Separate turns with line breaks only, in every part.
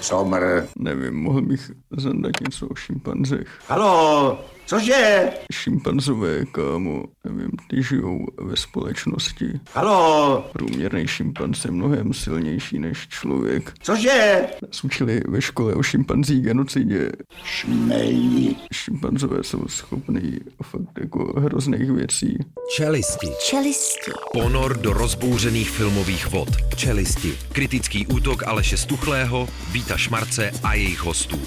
Somr.
Nevím, mohl bych zandat něco o šimpanzech.
Halo, cože?
Šimpanzové, kámo, nevím, ty žijou ve společnosti.
Halo,
Průměrný šimpanz je mnohem silnější než člověk.
cože?
Nás učili ve škole o šimpanzí genocidě.
Šmej.
Šimpanzové jsou schopní fakt jako hrozných věcí.
Čelisti.
Čelisti.
Ponor do rozbouřených filmových vod. Čelisti.
Kritický útok Aleše Stuchlého, Víta Šmarce a jejich hostů.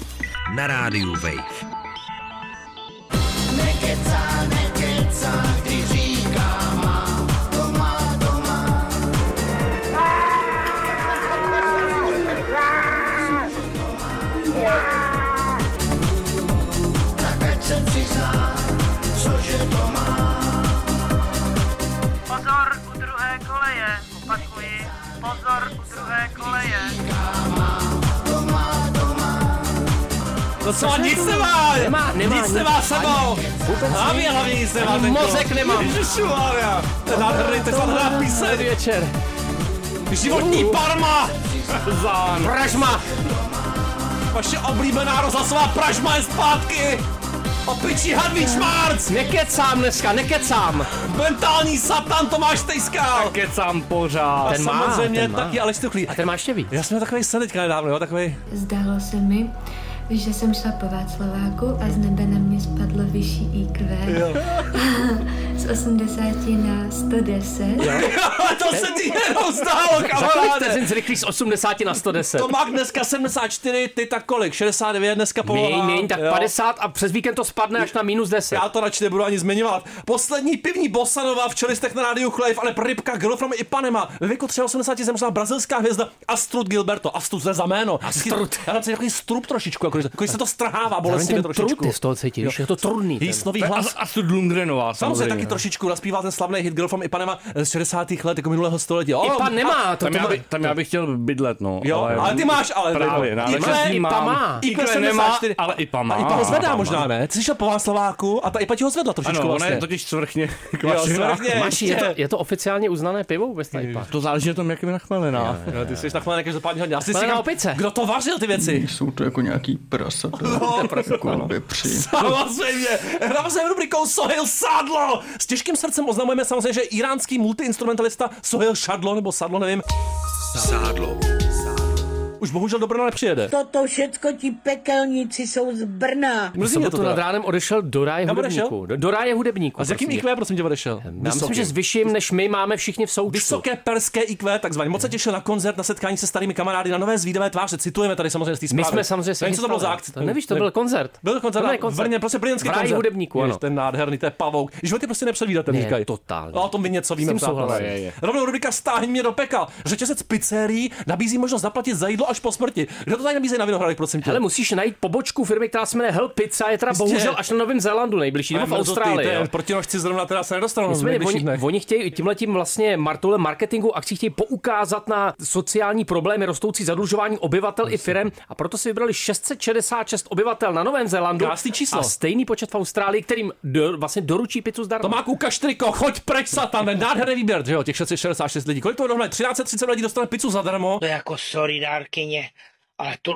Na rádiu Wave.
Pozor u druhé koleje, opakuji, pozor u druhé koleje.
No co, nic nemá!
Nemá, nemá,
nic
nic.
nemá sebou!
Vůbec
Hlavně,
nic.
hlavně nic nemá.
Ani
teďko.
mozek nemám.
Ježišu, Maria. To je nádherný, to je nádherná
Dobrý
píseň.
večer.
Životní parma! Zán.
Pražma.
Vaše oblíbená rozhlasová pražma je zpátky! Opičí hadvíč
Eh,
Marc!
Nekecám dneska, nekecám.
Mentální satan Tomáš Tejskal!
Kecám pořád. Ten
A
má,
samozřejmě
ten má.
taky Aleš Tuchlý.
A ten má ještě víc.
Já jsem měl takový sen teďka nedávno, jo, takový.
Zdálo se mi, že jsem šla po Václaváku a z nebe na mě spadlo vyšší IQ z 80 na 110.
to se ti jenom zdálo,
Za kolik
kamaráde!
vteřin zrychlí z 80 na 110?
To má dneska 74, ty tak kolik? 69 dneska polová.
Měň, měň, tak
jo.
50 a přes víkend to spadne až na minus 10.
Já to radši nebudu ani zmiňovat. Poslední pivní bosanova v čelistech na rádiu Chlejv, ale rybka Girl from Ipanema. Ve věku 83 zemřela brazilská hvězda Astrud Gilberto. Astrud to je za jméno.
Astrud.
Já na takový strup trošičku, jako, jako se to strhává
Zároveň
bolestivě
ten
trošičku.
trut je z toho cítit,
Jo.
už je to trudný.
Její
ten.
snový hlas.
A, a Astrid Lundgrenová
Samozřejmě
samozřejmě.
taky
no.
trošičku naspívá ten slavný hit Girl from Ipanema z 60. let, jako minulého století. O,
Ipa nemá, to,
Tam,
to
já,
má,
by, tam já bych chtěl bydlet, no.
Jo, ale ty máš ale.
Právě,
no.
no, ale
Ikle-
šťastný
Ipa
mám.
má.
Ikle
Ikle nemá,
74.
ale Ipa má.
A Ipa ho zvedá
Ipa
možná,
má.
ne? Ty jsi šel po Václaváku a ta Ipa ti ho zvedla trošičku
Ano, ona
vlastně.
je totiž cvrchně
Jo,
kvašená.
smrkně,
Máš, je, to, je to oficiálně uznané pivo vůbec ta IPA?
To záleží na tom, jak je nachmelená.
No, ty jsi takhle nějaký zapadní hodně. Asi
Ale
si
na
kam-
opice.
Kdo to vařil ty věci?
Jsou to jako nějaký prasata,
no.
jako vepři.
Samozřejmě. Hrám se rubrikou Sohil Sadlo. S těžkým srdcem oznamujeme samozřejmě, že iránský multiinstrumentalista Sohil Šadlo, nebo Sadlo, nevím,
Sádlo.
už bohužel do Brna nepřijede.
Toto všecko ti pekelníci jsou z Brna.
V
Mrzí mě to
sobotu
teda.
nad ránem odešel do ráje
Kam
hudebníků. Do, do ráje hudebníků.
A s jakým
prosím tě.
IQ, prosím tě, odešel?
Já myslím, že s vyšším, než my máme všichni v součtu.
Vysoké perské IQ, takzvaně. Moc se těšil na koncert, na setkání se starými kamarády, na nové zvídavé tváře. Citujeme tady samozřejmě z té
My
zprávy.
jsme samozřejmě
Nevím, co to bylo za akci.
To nevíš, to byl koncert.
Byl to koncert,
To
na-
byl koncert.
v Brně, prostě brněnský
V ráji
koncert.
hudebníků,
Ježiš,
ano.
Ten nádherný, to je pavouk. Život je prostě nepředvídatelný,
Ne,
říkají. No,
totálně.
O tom my něco víme.
tím
přátelé.
souhlasím.
Je, je.
Rovnou rubrika Stáhni mě do peka. Řetězec pizzerií nabízí možnost zaplatit za jídlo až po smrti. Kdo to tady nabízí na Vinohradech, prosím tě?
Ale musíš najít pobočku firmy, která se jmenuje Hell Pizza, je teda
Jistě. no
bohužel až na Novém Zélandu nejbližší, nebo v Austrálii. jo.
Proti nožci zrovna teda se nedostanu.
Nicméně,
nejbližších
oni,
dnech.
oni chtějí tímhletím vlastně martolem marketingu akcí chtějí poukázat na sociální problémy, rostoucí zadlužování obyvatel i firem a proto si vybrali 666 obyvatel na Novém Zélandu
Krásný číslo.
a stejný počet v Austrálii, kterým do, vlastně doručí pizzu zdarma.
Tomáku Kaštriko, choď preč satane, nádherný výběr, že jo, těch 666 lidí. Kolik to dohnali? 1330 lidí dostane pizzu zadarmo.
To je jako sorry, dárkyně, ale to...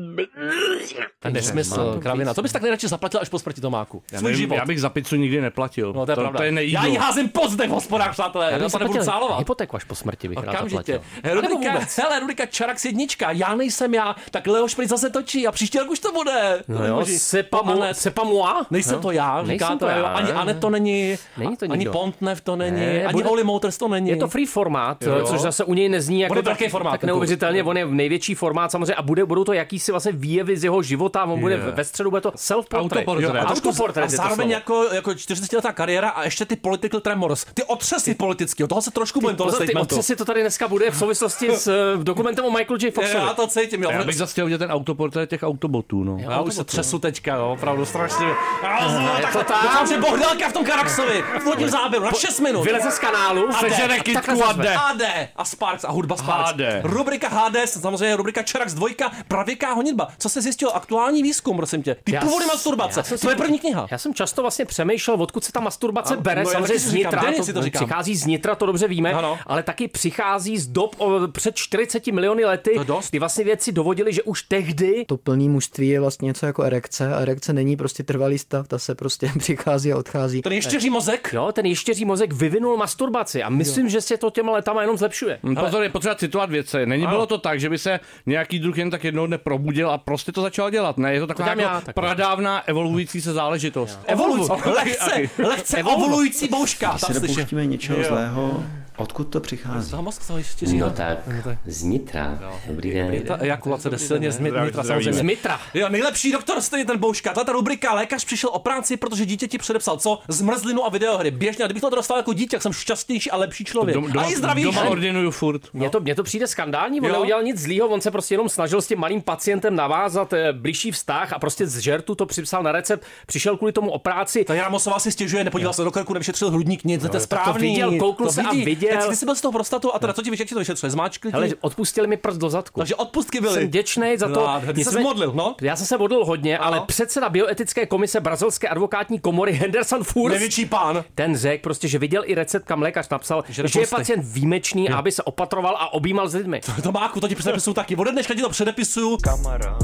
Ten
jako
nesmysl, kravina. To bys tak nejradši zaplatil až po smrti Tomáku. Svůj
Nevím,
život.
Já bych za pizzu nikdy neplatil.
No to je pravda.
To je
já
nejídlo.
ji házím pozdech v hospodách, přátelé. Já
bych
to nebudu
zaplatil
cálovat.
Hypotéku až po smrti bych rád
Okamžitě.
zaplatil.
Rubrika,
vůbec.
hele, rubrika Čarax jednička, já nejsem já, tak Leo Šprýt zase točí a příští rok už to bude.
No jo,
Boží.
sepa mu,
Anet.
sepa mua?
Nejsem
No.
to já,
Nejsem
říká to
to
Leo.
já.
Ani Anet to není,
Není to
ani
nikdo.
Pontnev to není,
Ne,
ani
bude-
Holy Motors to není.
Je to free formát, jo. což zase u něj nezní jako
Bude
tak,
velký formát,
tak
ten kluk.
neuvěřitelně, on je největší formát samozřejmě a bude, budou to jakýsi vlastně výjevy z jeho života, on bude ve středu, bude to self-portrait.
Autoportrét.
Jo,
A
trošku-
Autoportrét
a
je to
zároveň
slovo.
jako, jako 40-letá kariéra a ještě ty political tremors, ty otřesy politického, toho se trošku bojím tohle
Pozor, Prostě ty
statementu.
otřesy to tady dneska bude v souvislosti s eh, dokumentem o Michael J. Foxovi.
Já to cítím, jo.
Já bych zase chtěl vidět ten autoportrét těch autobotů, no.
Já už se třesu teďka, jo, opravdu strašně. A,
je
takhle,
to tam.
doufám, že Bohdelka v tom Karaksovi, v vodním záběru, na 6 minut.
Vyleze z kanálu,
A jde.
Sežere kytku a jde.
HD a Sparks a hudba Sparks.
HD.
Rubrika HD, samozřejmě rubrika Čerax 2, pravěká Elektrická honitba. Co se zjistil? Aktuální výzkum, prosím tě. Ty
Já
původy
s-
masturbace.
já jsem si-
To je první kniha.
Já jsem často vlastně přemýšlel, odkud se ta masturbace
Ano,
bere.
no, já
Samozřejmě
taky si
z
říkám,
nitra,
denně si to říkám.
přichází z nitra, to dobře víme,
Ano.
ale taky přichází z dob o, před 40 miliony lety,
je dost.
kdy vlastně vědci dovodili, že už tehdy
To plný mužství je vlastně něco jako erekce a erekce není prostě trvalý stav, ta se prostě přichází a odchází.
Ten ještěří mozek.
jo, ten ještěří mozek vyvinul masturbaci a myslím, že se to těma letama jenom zlepšuje.
Mm.
Ale... Pozor, je potřeba citovat věci. Není bylo to tak, že by se nějaký druh jen tak jednou dne probudil a prostě to začal dělat. Ne, je to taková
dělám
jako
já, tak-
pradávná evolující se záležitost.
Evoluce.
Evoluce.
Lehce, lehce
Evolvu.
evolující bouška.
Se
Tam slyším.
dopouštíme něčeho zlého. Odkud to přichází?
Toho mozku, toho ještěří.
No tak, znitra. Dobrý den.
Ta ejakulace jde silně z mitra,
Z
samozřejmě.
mitra.
Jo, nejlepší doktor stejně ten bouška. Tato rubrika Lékař přišel o práci, protože dítě ti předepsal co? Zmrzlinu a videohry. Běžně, a kdybych to dostal jako dítě, tak jsem šťastnější a lepší člověk.
Dom-
a i
doma,
zdravější.
doma ordinuju furt.
Mně to, mně to přijde skandální,
No.
on
Jo.
neudělal nic zlýho, on se prostě jenom snažil s tím malým pacientem navázat eh, blížší vztah a prostě z žertu to připsal na recept, přišel kvůli tomu o práci.
Ta Jaramosová si stěžuje, nepodíval se do krku, nevyšetřil hrudník, nic, to je správný.
viděl, koukl
to
se a
vidí.
viděl.
Tak ty jsi byl z toho prostatu a teda co ti vyšetřil, to vyšetřuje, zmáčkli
Hele,
ti.
odpustili mi prst do zadku.
Takže odpustky byly.
Jsem děčnej za to.
Nádherný. Ty jsi se
Nicméně-
modlil, no?
Já jsem se modlil hodně,
Ano.
ale předseda bioetické komise brazilské advokátní komory Henderson Furs,
Největší pán.
ten řekl prostě, že viděl i recept, kam lékař napsal, že, že je
nepustej.
pacient výjimečný, aby se opatroval a objímal s lidmi.
To máku, to ti předepisuju taky. Ode dneška ti to předepisuju.
Kamarád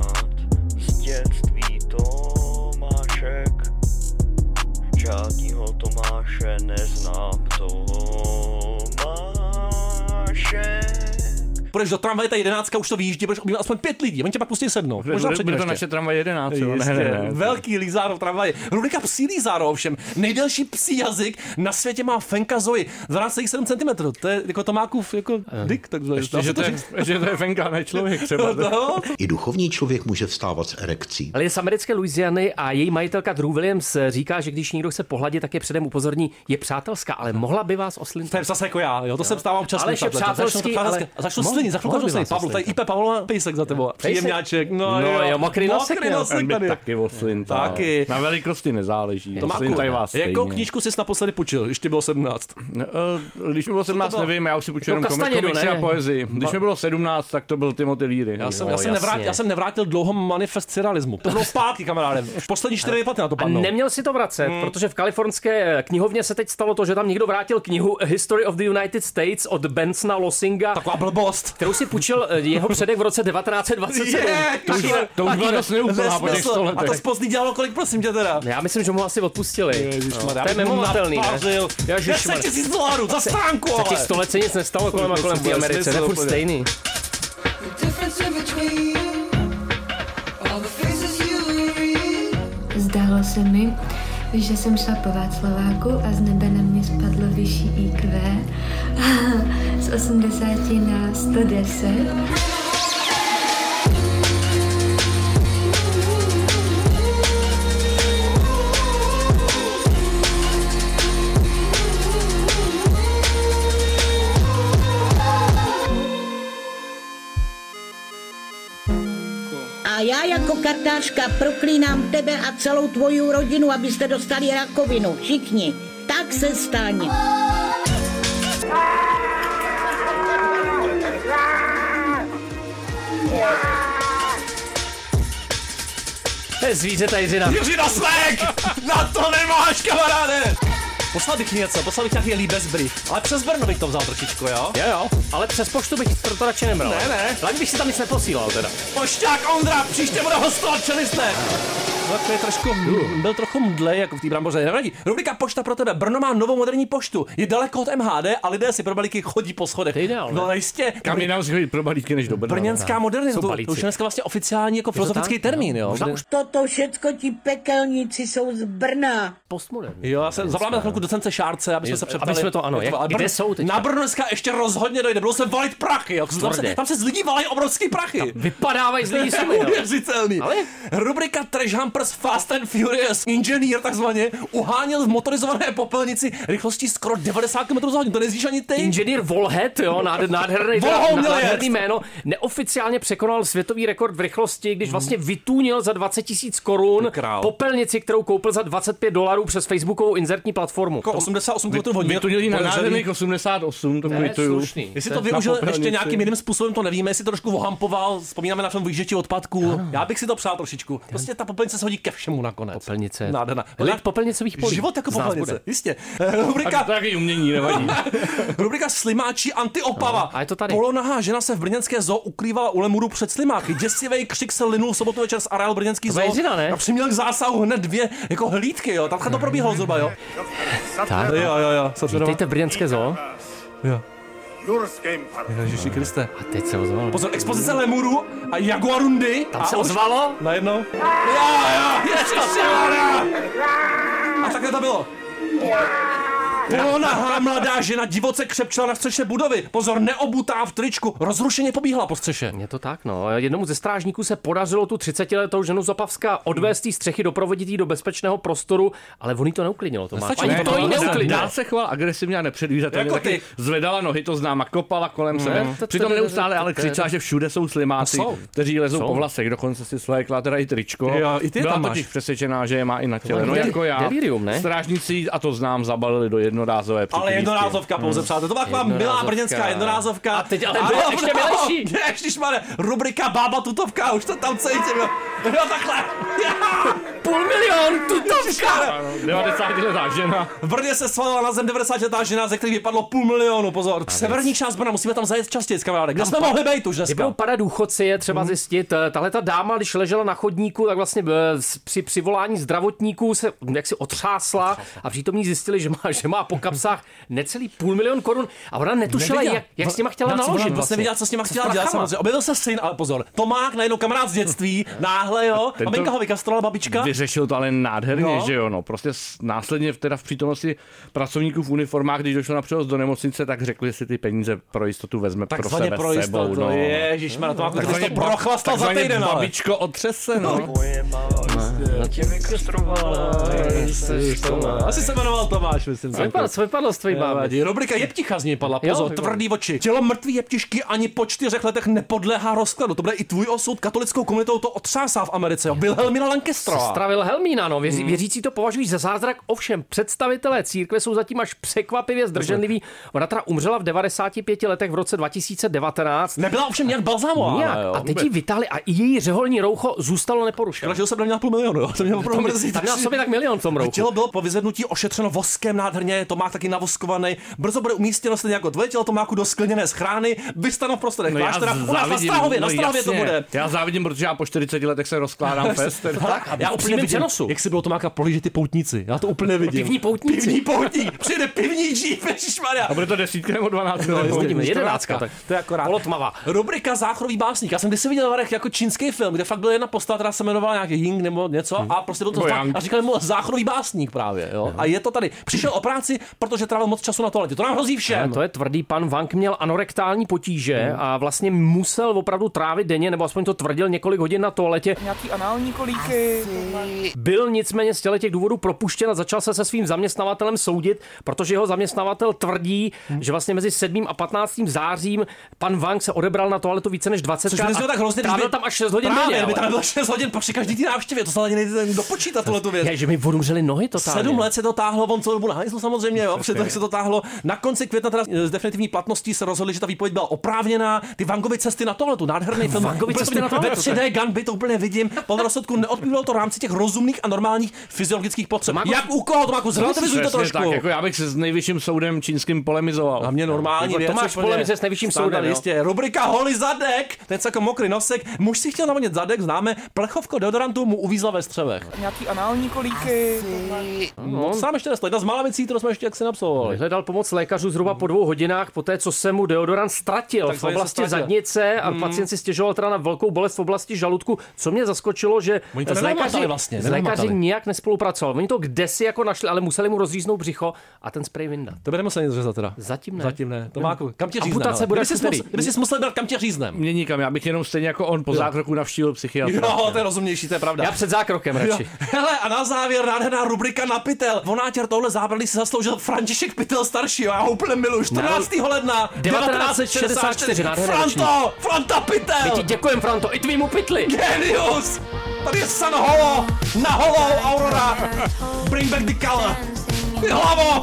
z dětství Tomášek. Žádnýho Tomáše neznám Tomášek.
Půjdeš do tramvaje, ta jedenáctka už to vyjíždí, budeš objímat aspoň pět lidí, oni tě pak pustí sednout. Možná
Bude-
předtím
Bude to
ještě.
naše tramvaj 11, jo? Ne,
Jistě,
ne, ne.
Velký Lízáro v tramvaji. Rubrika psí Lízáro ovšem. Nejdelší psí jazyk na světě má Fenka Zoe. 12,7 cm. To je jako Tomákův jako dik, tak
Ještě, že to, je, že to je venka, ne člověk třeba.
No,
I duchovní člověk může vstávat s erekcí.
Ale je z americké Louisiany a její majitelka Drew Williams eh, říká, že když někdo chce pohladit, tak je předem upozorní, je přátelská, ale mohla by vás
to je
oslinit.
zase jako já, jo, to jsem stávám často.
Ale ještě
takhle.
přátelský,
Začnu to přátelské-
ale-
A začnu
Mo-
slinit, za chvilku
mohl
začnu
by
slinit.
vás
Pavlo, tady
oslinit.
IP Pavla Pejsek za tebou. Příjemňáček, no,
No jo, mokrý nosek
Mokrý
měl.
nosek
Ten by
tady.
taky oslin.
Taky.
Na velikosti nezáleží.
To má jako
Oslin tady vás
Jakou
stejně.
knížku jsi naposledy půjčil? Ještě bylo 17.
Ne, eh, Když mi bylo 17,
bylo?
nevím, já už si půjču
Jako
jenom komi-
Kastanědu,
komiksy
ne?
a poezii. Když mi bylo 17, tak to byl Timothy Leary.
No. Já jsem,
Jo,
já, jsem
jasně.
nevrátil, já jsem nevrátil dlouho manifest surrealismu. To bylo zpátky, kamaráde. Poslední čtyři vyplaty na to
A
padnou.
neměl si to vracet, hmm. protože v kalifornské eh, knihovně se teď stalo to, že tam někdo vrátil knihu History of the United States od Bensona Losinga,
Taková blbost.
kterou si půjčil eh, jeho předek v roce 1927.
to už,
to už byla dost neúplná po těch 100
A to
letech.
spozdní dělalo kolik, prosím tě teda?
No Já myslím, že mu asi odpustili. No,
Ježišmarja,
to je
já bych mu
mimovolatelný, ne?
napařil.
Ježišmarja.
10 tisíc dolarů za stránku,
Za těch
ale.
100 let se nic nestalo kolem a kolem v té Americe, to je furt stejný.
Zdálo se mi, že jsem šla po Václaváku a z nebe na mě spadlo vyšší IQ z 80 na 110.
A já jako kartářka proklínám tebe a celou tvoji rodinu, abyste dostali rakovinu. Všichni. Tak se staň.
To je zvíře ta jiřina.
Jiří Nosek! Na to nemáš, kamaráde! Poslal bych něco, poslal bych nějaký líbez brief, ale přes Brno bych to vzal trošičku, jo?
Jo, jo, ale přes poštu bych to, to radši nebral.
Ne, ne.
Hlavně bych si tam nic neposílal teda.
Pošťák Ondra, příště bude hostovat čelisté. No, to je trošku, byl trochu mdlej, jako v té bramboře. Nevadí. Rubrika Pošta pro tebe. Brno má novou moderní poštu. Je daleko od MHD a lidé si pro balíky chodí po schodech.
ideál, ne?
no jistě.
Kam jinam si chodit pro balíčky než do Brna.
Brněnská
Jsou
modernizace, to,
balíci.
to už je dneska vlastně oficiální jako filozofický
tak?
termín, jo.
Možná
Kde-
už
Toto všecko ti pekelníci jsou z Brna.
postmodern.
Jo, já se zavoláme na chvilku docence Šárce, aby jsme
Je-
se
aby
přeptali.
jsme to, ano,
jak
jak-
ale
kde jsou teďka?
Na Brno dneska ještě rozhodně dojde, budou se valit prachy. Jo. Tam, se,
Tvrdě.
tam se z lidí valí obrovský prachy.
Vypadávají z lidí sumy, no.
Neuvěřitelný.
Ale-
Rubrika Trash Humpers Fast and Furious Inženýr takzvaně uháněl v motorizované popelnici rychlostí skoro 90 km za hodinu. To nezvíš ani ty.
Inženýr Volhet, jo, nád- nádherný,
Volhou měl
nádherný
jet.
jméno, neoficiálně překonal světový rekord v rychlosti, když vlastně vytůnil za 20 tisíc korun
Hmm. Ty král.
popelnici, kterou koupil za 25 dolarů přes facebookovou inzertní platformu.
Jako
formu.
88 km hodin.
Vytunili na
podařený.
nádherných 88, to
To je
kvituju.
slušný. Jestli to využil ještě nějakým jiným způsobem, to nevíme, jestli to trošku ohampoval, vzpomínáme na film Vyžití odpadků. Já bych si to přál trošičku. Prostě ta popelnice se hodí ke všemu nakonec. Popelnice. Nádherná.
Lid popelnicových polí.
Život jako
Z nás
popelnice,
bude.
jistě. Eh, Rubrika...
A to
taky umění, nevadí.
Rubrika Slimáči antiopava.
No, a je to tady.
Polonahá žena se v brněnské zoo ukrývala u lemuru před slimáky. Děsivý křik se linul v sobotu večer z areál brněnský
To
zoo.
byla Jiřina, ne? Mhm.
A přiměl k zásahu hned dvě jako hlídky, jo. Tam to probíhalo zhruba, jo.
Tak.
Jo, jo, jo.
Vítejte v Brněnské zoo.
Jurským
Ježiši Kriste.
A teď se ozval.
Pozor, expozice lemurů a jaguarundy.
Tam
a
se
už-
ozvalo?
Najednou. Jo, jo, ježišmarja. A takhle to bylo. Polonahá mladá žena divoce křepčela na střeše budovy. Pozor, neobutá v tričku. Rozrušeně pobíhala po střeše.
Je to tak, no. Jednomu ze strážníků se podařilo tu 30-letou ženu Zapavská
Hmm.
odvést z střechy, doprovodit jí do bezpečného prostoru, ale on jí to neuklidnilo, to má.
Ne,
to jí
dá-
neuklidnilo.
No, Dál se choval agresivně a nepředvídatelně.
Jako Mm.
Jako taky zvedala nohy, to znám, a kopala kolem sebe.
to-
Přitom
to- to-
neustále
to-
ale
to-
křičela, že všude jsou slimáci,
No jsou.
kteří lezou
Jsou.
po vlasech. Dokonce si svlékla teda i tričko.
Jo, i ty je
Byla
tam máš.
totiž přesvědčená, že je má i na těle.
bylo
No
deli-
jako já.
delirium, ne?
Strážníci jí, a to znám, zabalili do jednorázové
Ale
přikrývky.
jednorázovka pouze,
Hmm.
přátelé. To byla taková milá
Jednorázovka.
brněnská jednorázovka. A teď
ale byla ještě milejší.
Ježišmarja, rubrika Bába tutovka, už to tam cítím. jo. Jo, takhle.
Půl milion
tutovka.
90 letá žena.
V Brně se svalila na zem 90 letá žena, ze které vypadlo půl milionu, pozor. Severní část Brna, musíme tam zajet častěji, kamaráde. Kde
Tam
jsme
pa-
mohli být už
Kdyby
dneska?
padat důchodci, je
Hmm.
třeba zjistit. eh, Tahle ta dáma, když ležela na chodníku, tak vlastně eh, s- při přivolání zdravotníků se jaksi otřásla a přítomní zjistili, že má, že má po kapsách necelý půl milion korun a ona netušila,
Nevěděla.
jak, jak s nima chtěla
Ona-
naložit.
Ona vlastně
vlastně.
nevěděla, co s nima chtěla
s
dělat.
prachama?
Samozřejmě. Objevil se syn, ale pozor. Tomák, najednou kamarád z dětství, náhle, jo.
tento-
Maminka ho vykastrovala, babička.
Vyřešil to ale nádherně,
No.
že jo, no. Prostě s- následně v- teda v přítomnosti pracovníků v uniformách, když došlo na převoz do nemocnice, tak řekli, že si ty peníze pro jistotu vezme pro
Takzvaně
sebe
pro
s
jistotu,
sebou, no.
ježišmarja, to má- ty jsi to
Takzvaně-
prochlastal za
takzvaně
týden, no, ale.
Babičko otřese, no.
Tě vykastrovala,
jsi Tomáš. Asi se jmenoval Tomáš, myslím.
Co vypadlo, co vypadlo z tvojí báby?
Nevadí. Rubrika Jepticha z něj padla,
Jo,
pozor,
vypadlo.
tvrdý oči. Tělo mrtvý jeptišky ani po čtyřech letech nepodléhá rozkladu. To bude i tvůj osud. Katolickou komunitou to otřásá v Americe. Jo. Wilhelmina Lancastera.
Sestra Wilhelmína, no,
Hmm.
věří, věřící to považují za zázrak, ovšem představitelé církve jsou zatím až překvapivě zdrženliví. Ona teda umřela v 95 letech v roce 2019.
Nebyla ovšem nějak balzámová.
Nijak.
ale jo,
a teď
vůbec.
ji vytáhli a i její řeholní roucho zůstalo neporušeno.
Škoda, že jsem měla půl milionu, jo. To mě opravdu
Tam-
mrzí.
tam měla sobě tak milion v tom rouchu.
Tělo bylo po vyzvednutí ošetřeno voskem nádherně, to má taky navoskovaný. Brzo bude umístěno stejně jako tvoje tělo Tomáku do skleněné schrány, vystanou v prostorech kláštera. U nás na
No, závidím,
Strahově, na
no
Strahově to
jasně.
bude.
Já závidím, protože já po 40 letech se rozkládám fest.
Tak, já úplně vidím, přenosu. jak si bylo Tomáka polížit ty poutníci. Já to úplně vidím.
Pivní
poutníci.
Pivní poutník. Přijde pivní džíp, ježišmarja.
A bude to desítka nebo dvanáctka?
No,
nebo
jasně,
uvidíme,
jedenáctka.
čtrnáctka.
To je akorát.
Polotmavá.
Rubrika Záchorový básník. Já jsem kdysi viděl Varech jako čínský film, kde fakt byla jedna postava, která se jmenovala nějaký Ying nebo něco a prostě byl to
Nebo
fakt,
Yang.
a říkali mu Záchorový básník právě. Jo? A je to tady. Přišel o práci, protože trávil moc času na toaletě. To nám hrozí
Ale
všem.
to je tvrdý. Pan Vank měl anorektální potíže
Hmm.
a vlastně musel opravdu trávit denně, nebo aspoň to tvrdil několik hodin na toaletě.
Nějaký anální kolíky.
Byl nicméně z těle těch důvodů propuštěn a začal se se svým zaměstnavatelem soudit, protože jeho zaměstnavatel tvrdí,
Hmm.
že vlastně mezi 7. a 15. zářím pan Wang se odebral na toaletu více než 20
Což by neznělo tak hrozně, když by-
trávil tam až 6 hodin
Právě,
denně,
kdyby
ale-
tam bylo 6 hodin, pak při každý ty návštěvě, to se ale nejde dopočítat tuhle tu věc.
Je, že mi odumřeli nohy totálně.
Sedm let se to táhlo, on celou dobu na hajzlu samozřejmě, jo, přitom se to táhlo. Na konci května teda s definitivní platností se rozhodli, že ta výpověď byla oprávněná. Ty Vangovy cesty na toaletu, nádherný film.
Vangovy
Úplně
cesty
jsem-
na toaletu,
Ve 3D Gunby to úplně vidím. Podle rozsudku neodpovídalo to rámci těch rozumných a normálních fyziologických potřeb. Jak u koho to má zrelativizujte
No, Přesně
trošku. No.
Tak, jako já bych se s nejvyšším soudem čínským polemizoval. A
mě normální věc, úplně standard, Jistě. Rubrika Holy zadek, ten se jako mokrý nosek. Muž si chtěl navonět zadek, známe, plechovko deodorantu mu uvízla ve střevech.
Nějaký anální kolíky.
No, sám ještě nesl, jedna z mála věcí, kterou jsme ještě jak si napsovali.
Hledal pomoc lékařů zhruba po dvou hodinách, po té, co se mu deodorant ztratil
Tak
v
se něco
oblasti
ztratil.
zadnice a
Mm.
pacient si stěžoval teda na velkou bolest v oblasti žaludku, co mě zaskočilo, že
Oni to
s
nenamatali
lékaři,
vlastně,
s lékaři
nenamatali.
nijak nespolupracovali. Oni to kde si jako našli, ale museli mu rozříznout břicho a ten sprej vyndat.
To budeme se nic řezat teda.
Zatím ne.
Zatím ne. Tomáku, kam tě říznem?
Amputace
ale?
bude jako
Kdyby jsi
až v úterý.
musel- Kdyby jsi musel dát, kam tě říznem?
Mě nikam, já bych jenom stejně jako on po zákroku navštívil psychiatra.
Jo, to je rozumnější, to je pravda.
Já před zákrokem radši.
Jo. Hele, a na závěr nádherná rubrika na pytel. Vonátěr tohle zábrali si zasloužil František Pytel starší, jo, já ho úplně miluju. 14. ledna 1964.
nádherný
Franto!
ročník.
Franta Pytel!
My ti děkujem, Franto, i tvýmu pytli.
Genius! Tady je San Holo! Na Holo, Aurora! Bring back the color! Hlavo!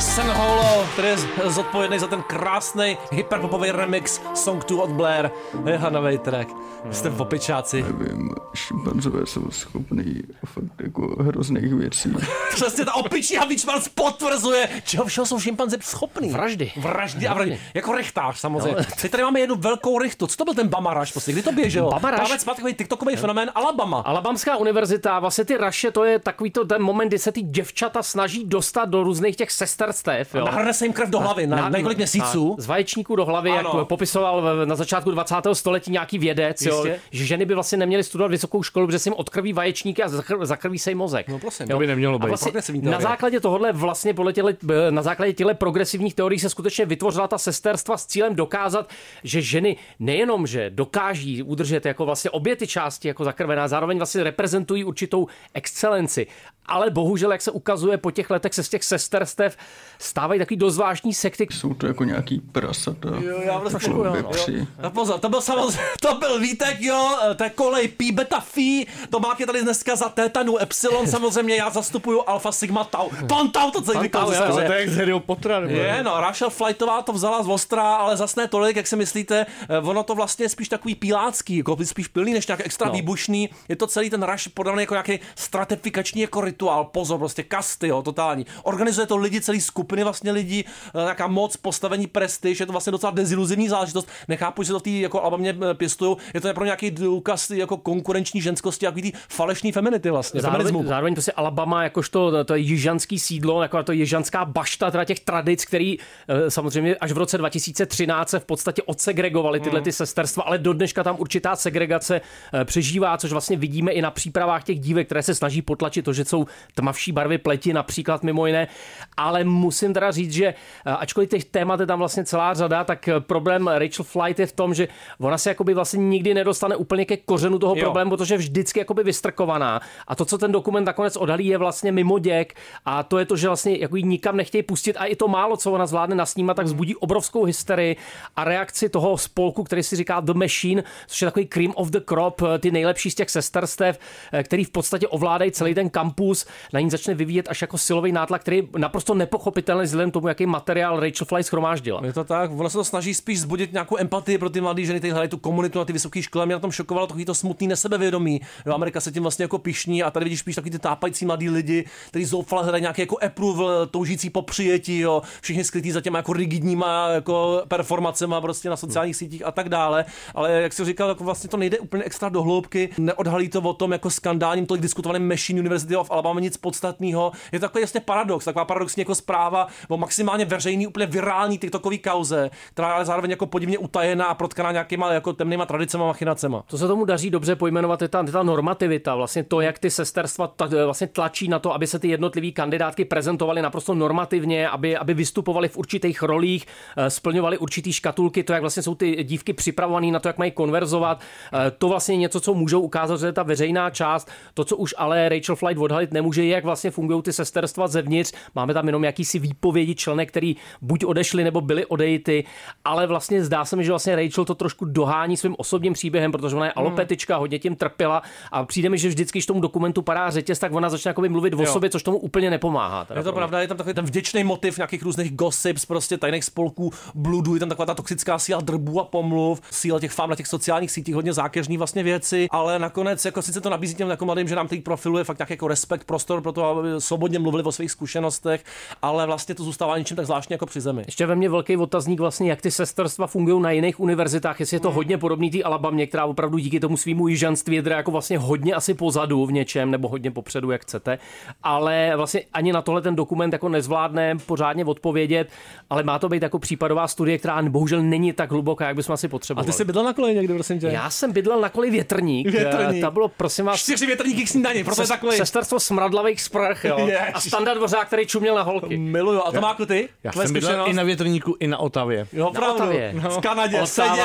Sam Holo, který je z- zodpovědný za ten krásný hyperpopový remix Song 2 od Blair. Je Hanavej track. Jste opičáci.
Hmm.
Nevím, šimpanzové jsou schopný fakt jako hrozných věcí.
Přesně ta opičí Havičman potvrzuje, čeho všeho jsou šimpanzi schopný.
Vraždy.
Vraždy a vraždy. Jako rychtář samozřejmě. No. Teď tady máme jednu velkou rychtu. Co to byl ten Bamaraš? Prostě? Kdy to běželo?
Bamaraš?
Máme takový TikTokový fenomén Alabama.
Alabamská univerzita, vlastně ty raše, to je takový to ten moment, kdy se ty děvčata snaží dostat do různých těch sesterstev. Jo.
A nahrne se jim krev do hlavy na- na několik měsíců.
A Z vaječníků do hlavy,
Ano.
ano. jak popisoval v- na začátku 20. století nějaký vědec, jo,
Jistě.
že ženy by vlastně neměly studovat vysokou školu, protože se jim odkrví vaječníky a zachr- zakrví se jim mozek. No
prosím,
to by nemělo být.
Vlastně
Progresivní
na
teorie.
základě tohohle vlastně podle těhle, na základě těchto progresivních teorií se skutečně vytvořila ta sesterstva s cílem dokázat, že ženy nejenom, že dokáží udržet jako vlastně obě ty části jako zakrvená, zároveň vlastně reprezentují určitou excelenci. Ale bohužel, jak se ukazuje po těch letech, se z těch sesterstev stávají takový dozvážní sekty.
Jsou to jako nějaký prasata.
Jo, já prostě
Takovou
jo, no.
vepři.
A pozor, to byl samozřejmě, to byl Vítek, jo, eh, to je kolej P beta phi, to máte tady dneska za tétanu epsilon, samozřejmě já zastupuju alfa sigma tau. Pan tau to celý
Pan
říkal.
Tau,
ze
jo,
skoře.
ale to je jak z Harryho Pottera, nebo-
Je, no, Rachel Flightová to vzala z ostra, ale zas ne tolik, jak si myslíte, Eh, ono to vlastně je spíš takový pilácký, jako spíš pilný, než nějak extra no.
No.
výbušný. Je to celý ten rush podaný jako nějaký stratifikační jako rituál, pozor, prostě kasty, jo, totální. Organizuje to lidi, celý skupiny vlastně lidí, eh, nějaká moc, postavení, prestiž, je to vlastně docela deziluzivní záležitost. Nechápu, že to v té jako alabamě pěstují, je to pro nějaký důkaz jako konkurenční ženskosti, jako ty falešný feminity vlastně.
Zároveň,
feminismu.
zároveň prostě Alabama, jakožto to je jižanský sídlo, jako to jižanská bašta teda těch tradic, který eh, samozřejmě až v roce 2013 se v podstatě odsegregovaly tyhle
Mm.
ty sesterstva, ale do dneška tam určitá segregace eh, přežívá, což vlastně vidíme i na přípravách těch dívek, které se snaží potlačit to, že jsou tmavší barvy pleti například mimo jiné, ale musím teda říct, že eh, ačkoliv těch témat je tam vlastně celá řada, tak eh, problém Rachel Flight je v tom, že ona se jakoby vlastně nikdy nedostane úplně ke kořenu toho
Jo.
problému, protože je vždycky jakoby vystrkovaná. A to, co ten dokument nakonec odhalí, je vlastně mimo děk. A to je to, že vlastně jako ji nikam nechtějí pustit a i to málo, co ona zvládne nasnímat, tak vzbudí obrovskou hysterii a reakci toho spolku, který si říká The Machine, což je takový cream of the crop, eh, ty nejlepší z těch sesterstev, eh, který v podstatě ovládají celý ten kampus, na ní začne vyvíjet až jako silový nátlak, který je naprosto nepochopitelný vzhledem tomu, jaký materiál Rachel Fly schromáždila.
Je to tak, ono se to snaží spíš zbudit nějakou empatii pro ty mladé ženy, které hledají tu komunitu na ty vysoké školy. Mě na tom šokovalo takový to smutný nesebevědomí. Jo, Amerika se tím vlastně jako pišní a tady vidíš spíš takový ty tápající mladí lidi, kteří zoufale hledají nějaký jako approval, toužící po přijetí, jo, všichni skrytí za těma jako rigidníma jako performacema prostě na sociálních sítích a tak dále. Ale jak jsi říkal, tak vlastně to nejde úplně extra do hloubky, neodhalí to o tom jako skandálním tolik diskutovaném Machine University of Alabama nic podstatného. Je to takový jasně paradox, taková paradoxní jako zpráva o maximálně veřejný, úplně virální TikTokový kauze, která je ale zároveň jako podivně utajená a protkaná nějakýma jako temnýma tradicema a machinacema.
To se tomu daří dobře pojmenovat, je ta, ta normativita, vlastně to, jak ty sesterstva ta, vlastně tlačí na to, aby se ty jednotlivé kandidátky prezentovaly naprosto normativně, aby, aby vystupovaly v určitých rolích, eh, splňovaly určitý škatulky, to, jak vlastně jsou ty dívky připravované na to, jak mají konverzovat, eh, to vlastně je něco, co můžou ukázat, že je ta veřejná část. To, co už ale Rachel Flight odhalit nemůže, je, jak vlastně fungují ty sesterstva zevnitř. Máme tam jenom jakýsi výpovědi členek, který buď odešli nebo byli odejty, ale vlastně zdá se mi, že vlastně Rachel to trošku dohání svým osobním příběhem, protože ona je
Hmm.
alopetička, hodně tím trpěla a přijde mi, že vždycky, když tomu dokumentu padá řetěz, tak ona začne jakoby mluvit o
Jo.
sobě, což tomu úplně nepomáhá. Teda
je to
pro mě.
pravda, je tam takový ten vděčný motiv nějakých různých gossips, prostě tajných spolků, bludů, je tam taková ta toxická síla drbů a pomluv, síla těch fám na těch sociálních sítích, hodně zákeřní vlastně věci, ale nakonec jako sice to nabízí těm jako mladým, že nám teď profiluje fakt nějaký jako respekt, prostor pro to, aby svobodně mluvili o svých zkušenostech, ale vlastně to zůstává něčím tak zvláštně jako při zemi.
Ještě ve mně velký otazník vlastně, jak ty sesterstva fungují na jiných univerzitách, jestli je
Hmm.
to hodně podobný té Alabamě, která opravdu díky tomu svýmu jižanství je teda jako vlastně hodně asi pozadu v něčem, nebo hodně popředu, jak chcete. Ale vlastně ani na tohle ten dokument jako nezvládne pořádně odpovědět, ale má to být jako případová studie, která bohužel není tak hluboká, jak bychom asi
A
potřebovali.
ty jsi bydlel na koleji někdy, prosím tě?
Já jsem bydlel na koli větrník.
Větrník.
Eh, Ta bylo, prosím vás,
Čtyři větrníky k snídani, proto je takový.
Sesterstvo smradlavých sprch, jo. A
Ježiš.
standard dvořák, který čuměl na holky.
Miluju, a to má ty?
Já
Tvoje
jsem bydlel
zkušenost?
i na větrníku, i na Otavě.
Jo, opravdu. No.
Otavě.
V Kanadě
Otava,
seděl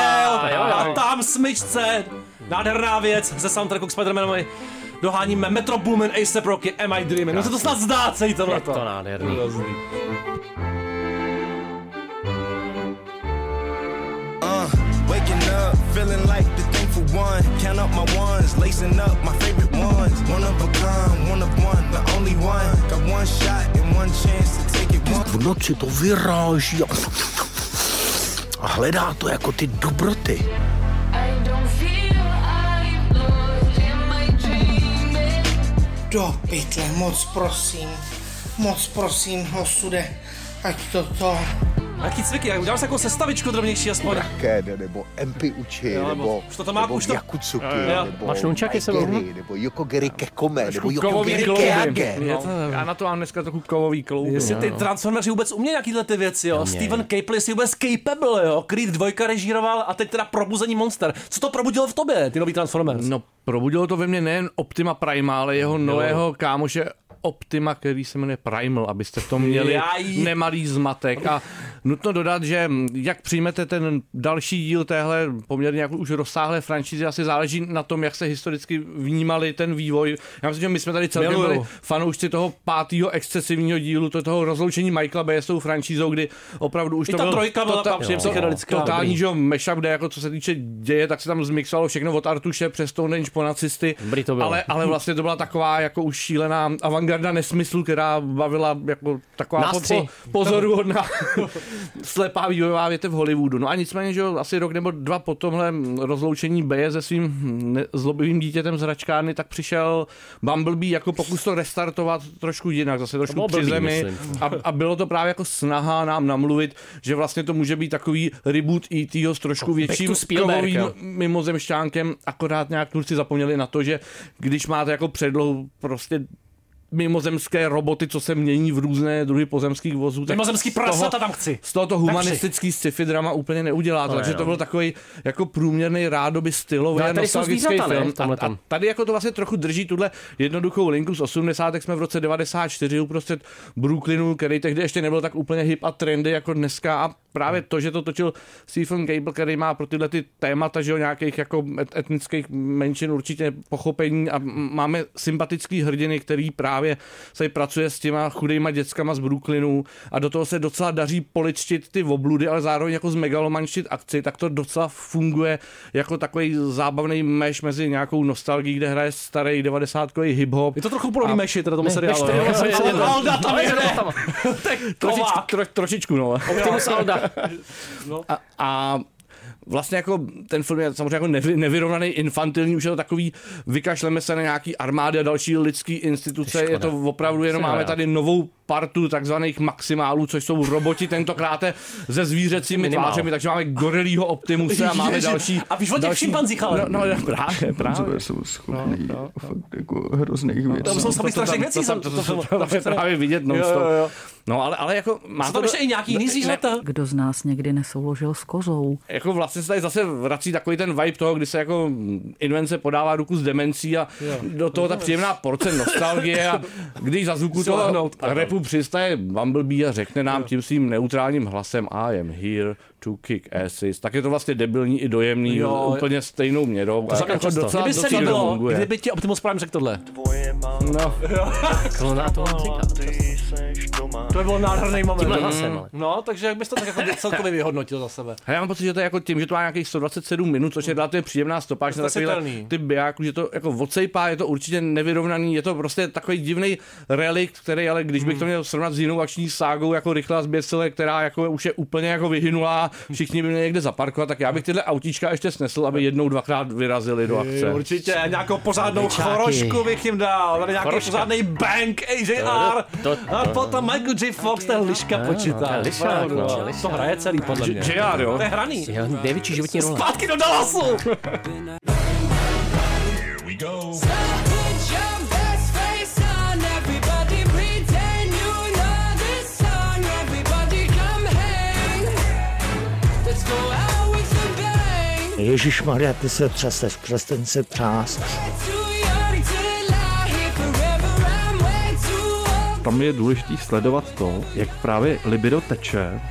jo, jo.
a tam smyčce. Nádherná věc ze soundtracku k Spider-Manovi. doháníme Metro Boomin, Ace Rocky, Am I Dreaming. No se to snad zdá, celý tohle.
Je to nádherný.
Úžasný.
Uh, waking up, feeling like the thing for one. Count up my ones, lacing up my favorite ones. One of a kind, one of one, the only one. Got one shot and one chance to take it.
V noci to vyráží a, a hledá to jako ty dobroty.
Do pytle, moc prosím. Moc prosím, osude, ať toto...
Jaký cviky, jak uděláš takovou sestavičku drobnější aspoň.
Kede, nebo Empi Uči,
Jo, nebo-
nebo,
už to tam má,
nebo
už to-
Jakutsuki,
Jo, jo.
nebo
Máš nunčaky sebou?
Maigeri, nebo Yokogeri Kekome, nebo
Kovový
Yokogeri
kloub.
Keage.
No. Já na to mám dneska trochu kovový no. kloub.
Jestli ty Transformeři vůbec umějí nějakýhle ty věci, jo. Steven Capel je vůbec capable, jo. Creed 2 režíroval a teď teda probuzení Monster. Co to probudilo v tobě, ty nový Transformers?
No, probudilo to ve mně nejen Optima Prima, ale jeho nového kámoše Optima, který se jmenuje Primal, abyste v tom měli
Jaj.
nemalý zmatek. A nutno dodat, že jak přijmete ten další díl téhle poměrně jako už rozsáhlé franšízy, asi záleží na tom, jak se historicky vnímali ten vývoj. Já myslím, že my jsme tady celkem
Miluju.
byli fanoušci toho pátého excesivního dílu, to toho rozloučení Michaela Bay s tou franšízou, kdy opravdu už
I
to
ta
byl
trojka byla
tota-
tam přijde
to-
psychedelická,
totální,
dobrý.
že jo, mashup, kde jako co se týče děje, tak se tam zmixovalo všechno od Artuše přes Stonehenge po nacisty.
to bylo.
ale, ale vlastně to byla taková jako už šílená avantgarda nesmyslu, která bavila jako taková po,
Nás
po,
tři.
pozoruhodná slepá vývojová větev Hollywoodu. No a nicméně, že jo, asi rok nebo dva po tomhle rozloučení Beje se svým ne- zlobivým dítětem z hračkárny, tak přišel Bumblebee jako pokus to restartovat trošku jinak, zase trošku
bylo
při
blbý,
zemi.
myslím.
A, a, bylo to právě jako snaha nám namluvit, že vlastně to může být takový reboot E.T. s trošku větším
to Spielberg,
kovovým
jo.
mimozemšťánkem, akorát nějak Turci zapomněli na to, že když máte jako předlohu prostě mimozemské roboty, co se mění v různé druhy pozemských vozů. tak
Mimozemský
z toho-
prasata tam chci.
Z tohoto humanistický sci-fi drama úplně neudělá,
To
to,
ne,
takže
no.
to byl takový jako průměrný rádoby stylový
No,
a
ale tady jsou
nostalgický
zvířata, ne,
film.
v tomhle
A, a
tom.
tady jako to vlastně trochu drží tuhle jednoduchou linku z 80. jsme v roce 94 uprostřed Brooklynu, který tehdy ještě nebyl tak úplně hip a trendy jako dneska a právě to, že to točil Stephen Gable, který má pro tyhle ty témata, že jo, nějakých jako et- etnických menšin určitě pochopení a m- máme sympatický hrdiny, který právě se pracuje s těma chudejma dětskama z Brooklynu a do toho se docela daří poličtit ty obludy, ale zároveň jako zmegalomanštit akci, tak to docela funguje jako takový zábavný meš mezi nějakou nostalgií, kde hraje starý 90 hip-hop. Je
to trochu podobný meši teda tomu
Ne,
seriálu,
meši,
jo.
to je-
Jo,
to je-
Alda tam je,
to
ne?
Trošičku, tro, trošičku, no.
Optimus Alda.
A, a vlastně jako ten film je samozřejmě jako nevy, nevyrovnaný, infantilní, už je to takový, vykašleme se na nějaký armády a další lidský instituce, je to opravdu jenom,
Škoda.
máme tady novou partu takzvaných maximálů, což jsou roboti tentokrát se zvířecími
Minimál.
tvářemi, takže máme gorelího Optimuse a máme
Ježiši,
další...
a víš o těch
další-
šimpanzích, ale.
No, no, právě, právě.
Bronzové jsou
No,
schopný fakt jako hrozných věcí.
Tam jsou samý strašných věcí.
To, tam- to, to, to, to, to, to,
tam-
právě vidět
Jo, jo,
non-stop.
jo.
No ale, ale jako má
Jsou tam
to...
ještě i nějaký jiný
ne-
zvířata?
Kdo z nás někdy nesouložil s kozou?
jako vlastně se tady zase vrací takový ten vibe toho, kdy se jako invence podává ruku s demencí a
Jo.
do toho ta příjemná porce nostalgie a když za zvuku toho
Sláhnout, pardon.
repu přistaje Bumblebee a řekne nám tím svým neutrálním hlasem I am here to kick asses, tak je to vlastně debilní i dojemný,
Jo.
jo. úplně stejnou měrou.
To jako docela, Kdyby se líbilo,
funguje.
kdyby ti Optimus Prime řekl tohle.
No.
To na to
To by bylo nádherný moment.
Tímhle hlasem, ale.
No, takže jak bys to tak jako celkově vyhodnotil za sebe?
Hele, já mám pocit, že to je jako tím, že to má nějakých 127 minut, což je relativně příjemná stopáž
To je
na takovýhle
snesitelný.
ty bijáků, že to jako odsejpá, je to určitě nevyrovnaný, je to prostě takový divný relikt, který ale když bych to měl srovnat s jinou akční ságou jako rychlá zběsile, která jako už je úplně jako vyhynulá, všichni by měli někde zaparkovat, tak já bych tyhle autíčka ještě snesl, aby jednou, dvakrát vyrazili do akce.
Jo, Určitě, nějakou pořádnou
Dečáky.
chorošku bych jim dal, tady nějaký
Choroška.
pořádný bank, AJR,
To- to-
a potom Michael J. Fox, ten liška
to
počítá.
je lišák, no,
Opravdu, To
lišák.
hraje celý, podle mě.
JR, jo?
To je hraný.
Jo, největší životní role.
Zpátky do Dallasu!
Ježíš Maria, ty se třeseš, přestaň se třást.
Tam je důležité sledovat to, jak právě libido teče.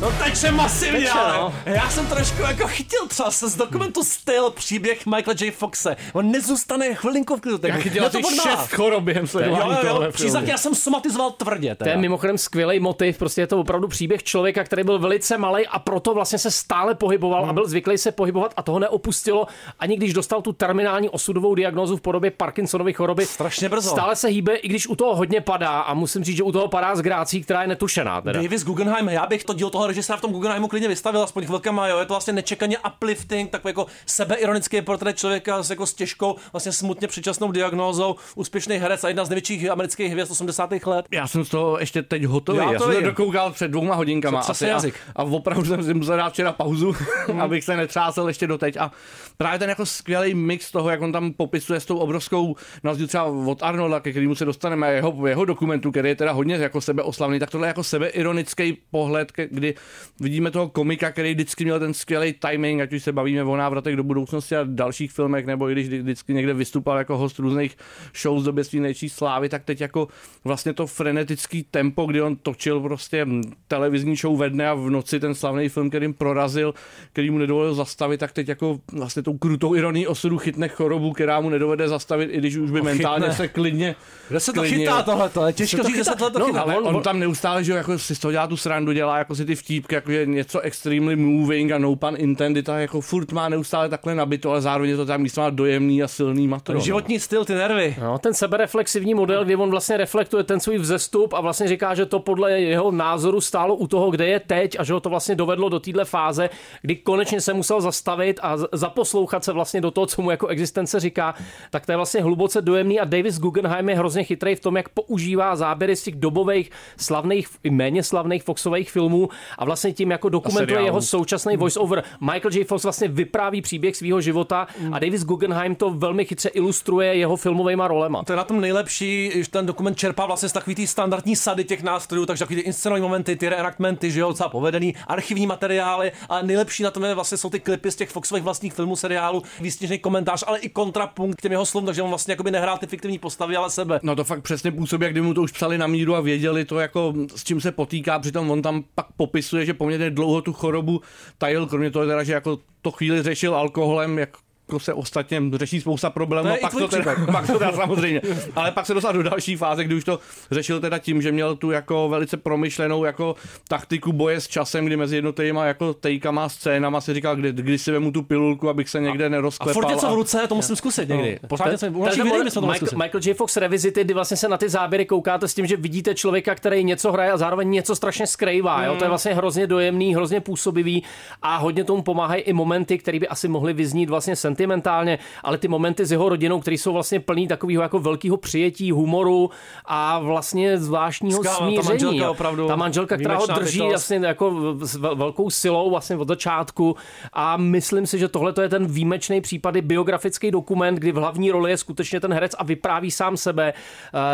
No to Peče masivně,
Peče,
ale
no.
já jsem trošku jako chytil třeba se z dokumentu Styl příběh Michael J. Foxe. On nezůstane chvilinku v klidu. tak
Já chytil
na
asi
odmá.
šest chorob během sledování
Jo, jo,
tohohle
jo, přízrak,
filmu.
já jsem somatizoval tvrdě.
To
Teda.
je mimochodem skvělý motiv, prostě je to opravdu příběh člověka, který byl velice malý a proto vlastně se stále pohyboval a byl zvyklý se pohybovat a toho neopustilo, ani když dostal tu terminální osudovou diagnózu v podobě Parkinsonovy choroby.
Strašně brzo.
Stále se hýbe, i když u toho hodně padá a musím říct, že u toho padá z grácí, která je netušená. Teda.
Davis Guggenheim, já bych to díl toho režiséra v tom Guggenheimu klidně vystavil, aspoň chvilkama, jo. Je to vlastně nečekaně uplifting, takový jako sebeironický portrét člověka s, jako s těžkou, vlastně smutně předčasnou diagnózou, úspěšný herec a jedna z největších amerických hvězd 80. let.
Já jsem z toho ještě teď hotový. Já,
Já
já
to
jsem to
vím.
dokoukal před dvouma hodinkama
Co- co
asi
si
a,
jazyk? Mhm.
a opravdu jsem si musel dát včera pauzu, abych se netřásel ještě doteď. A právě ten jako skvělý mix toho, jak on tam popisuje s tou obrovskou, nazvu třeba od Arnolda, ke kterému se dostaneme, a jeho, jeho dokumentu, který je teda hodně jako sebeoslavný, tak tohle je jako sebeironický pohled, ke- kdy vidíme toho komika, který vždycky měl ten skvělý timing, ať už se bavíme o návratech do budoucnosti a dalších filmech, nebo i když vždy- vždycky někde vystupoval jako host různých show z době svý nejčí slávy, tak teď jako vlastně to frenetický tempo, kdy on točil prostě mm, televizní show ve dne a v noci ten slavný film, kterým prorazil, který mu nedovolil zastavit, tak teď jako vlastně tou krutou ironii osudu chytne chorobu, která mu nedovede zastavit, i když už by
chytne.
mentálně se klidně...
Kde se to
klidně-
chytá tohleto? Je těžko
Se to
říct, kde se
chytá.
tohleto
no,
chytá.
ale
On-
on, tam neustále, že jo, jako si z toho dělá tu srandu, dělá jako si ty vtípky, jako je něco extremely moving a no pan intended a jako furt má neustále takhle nabito, ale zároveň je to tam místo má dojemný a silný matro.
životní styl, ty nervy.
No, ten sebereflexivní model, kdy on vlastně reflektuje ten svůj vzestup a vlastně říká, že to podle jeho názoru stálo u toho, kde je teď a že ho to vlastně dovedlo do téhle fáze, kdy konečně se musel zastavit a z- zaposlouchat se vlastně do toho, co mu jako existence říká, tak to je vlastně hluboce dojemný a Davis Guggenheim je hrozně chytrý v tom, jak používá záběry z těch dobových slavných i méně slavných Foxových filmů a vlastně tím jako dokumentuje
seriálů.
jeho současný voiceover. Michael J. Fox vlastně vypráví příběh svého života a Davis Guggenheim to velmi chytře ilustruje jeho filmovými rolema.
To je na tom nejlepší, že ten dokument čerpá vlastně z takový té standardní sady těch nástrojů, takže takový ty inscenové momenty, ty reenactmenty, že jo, docela povedený, archivní materiály a nejlepší na tom je vlastně jsou ty klipy z těch Foxových vlastních filmů, seriálu, výstěžný komentář, ale i kontrapunkt k těm jeho slovům, takže on vlastně jakoby nehrál ty fiktivní postavy, ale sebe.
No to fakt přesně působí, jak kdyby mu to už psali na míru a věděli to, jako s čím se potýká, přitom on tam pak popisuje, že poměrně dlouho tu chorobu tajil, kromě toho teda, že jako to chvíli řešil alkoholem, jak jako se ostatně řeší spousta problémů,
To
a
je i
pak
tvůj
to, teda,
případ.
pak to teda samozřejmě. Ale pak se dostal do další fáze, kdy už to řešil teda tím, že měl tu jako velice promyšlenou jako taktiku boje s časem, kdy mezi jednotlivýma jako tejkama a scénama si říkal, kdy, kdy si vemu tu pilulku, abych se někde
A
nerozklepal.
furt něco v ruce, to musím zkusit někdy.
No.
Pořád něco, u našich videí bychom to mohli
Michael,
zkusit.
Michael J. Fox Revisity, kdy vlastně se na ty záběry koukáte s tím, že vidíte člověka, který něco hraje a zároveň něco strašně skrývá. Jo?
Mm.
To je vlastně hrozně dojemný, hrozně působivý a hodně tomu pomáhají i momenty, které by asi mohly vyznít vlastně sentimentálně, ale ty momenty s jeho rodinou, které jsou vlastně plný takového jako velkého přijetí, humoru a vlastně zvláštního
Skvělá, ta
smíření.
manželka
jo.
opravdu
ta manželka, která ho
výjimečná
drží
bytost.
vlastně jako s vel- velkou silou vlastně od začátku a myslím si, že tohle je ten výjimečný případ, je biografický dokument, kdy v hlavní roli je skutečně ten herec a vypráví sám sebe,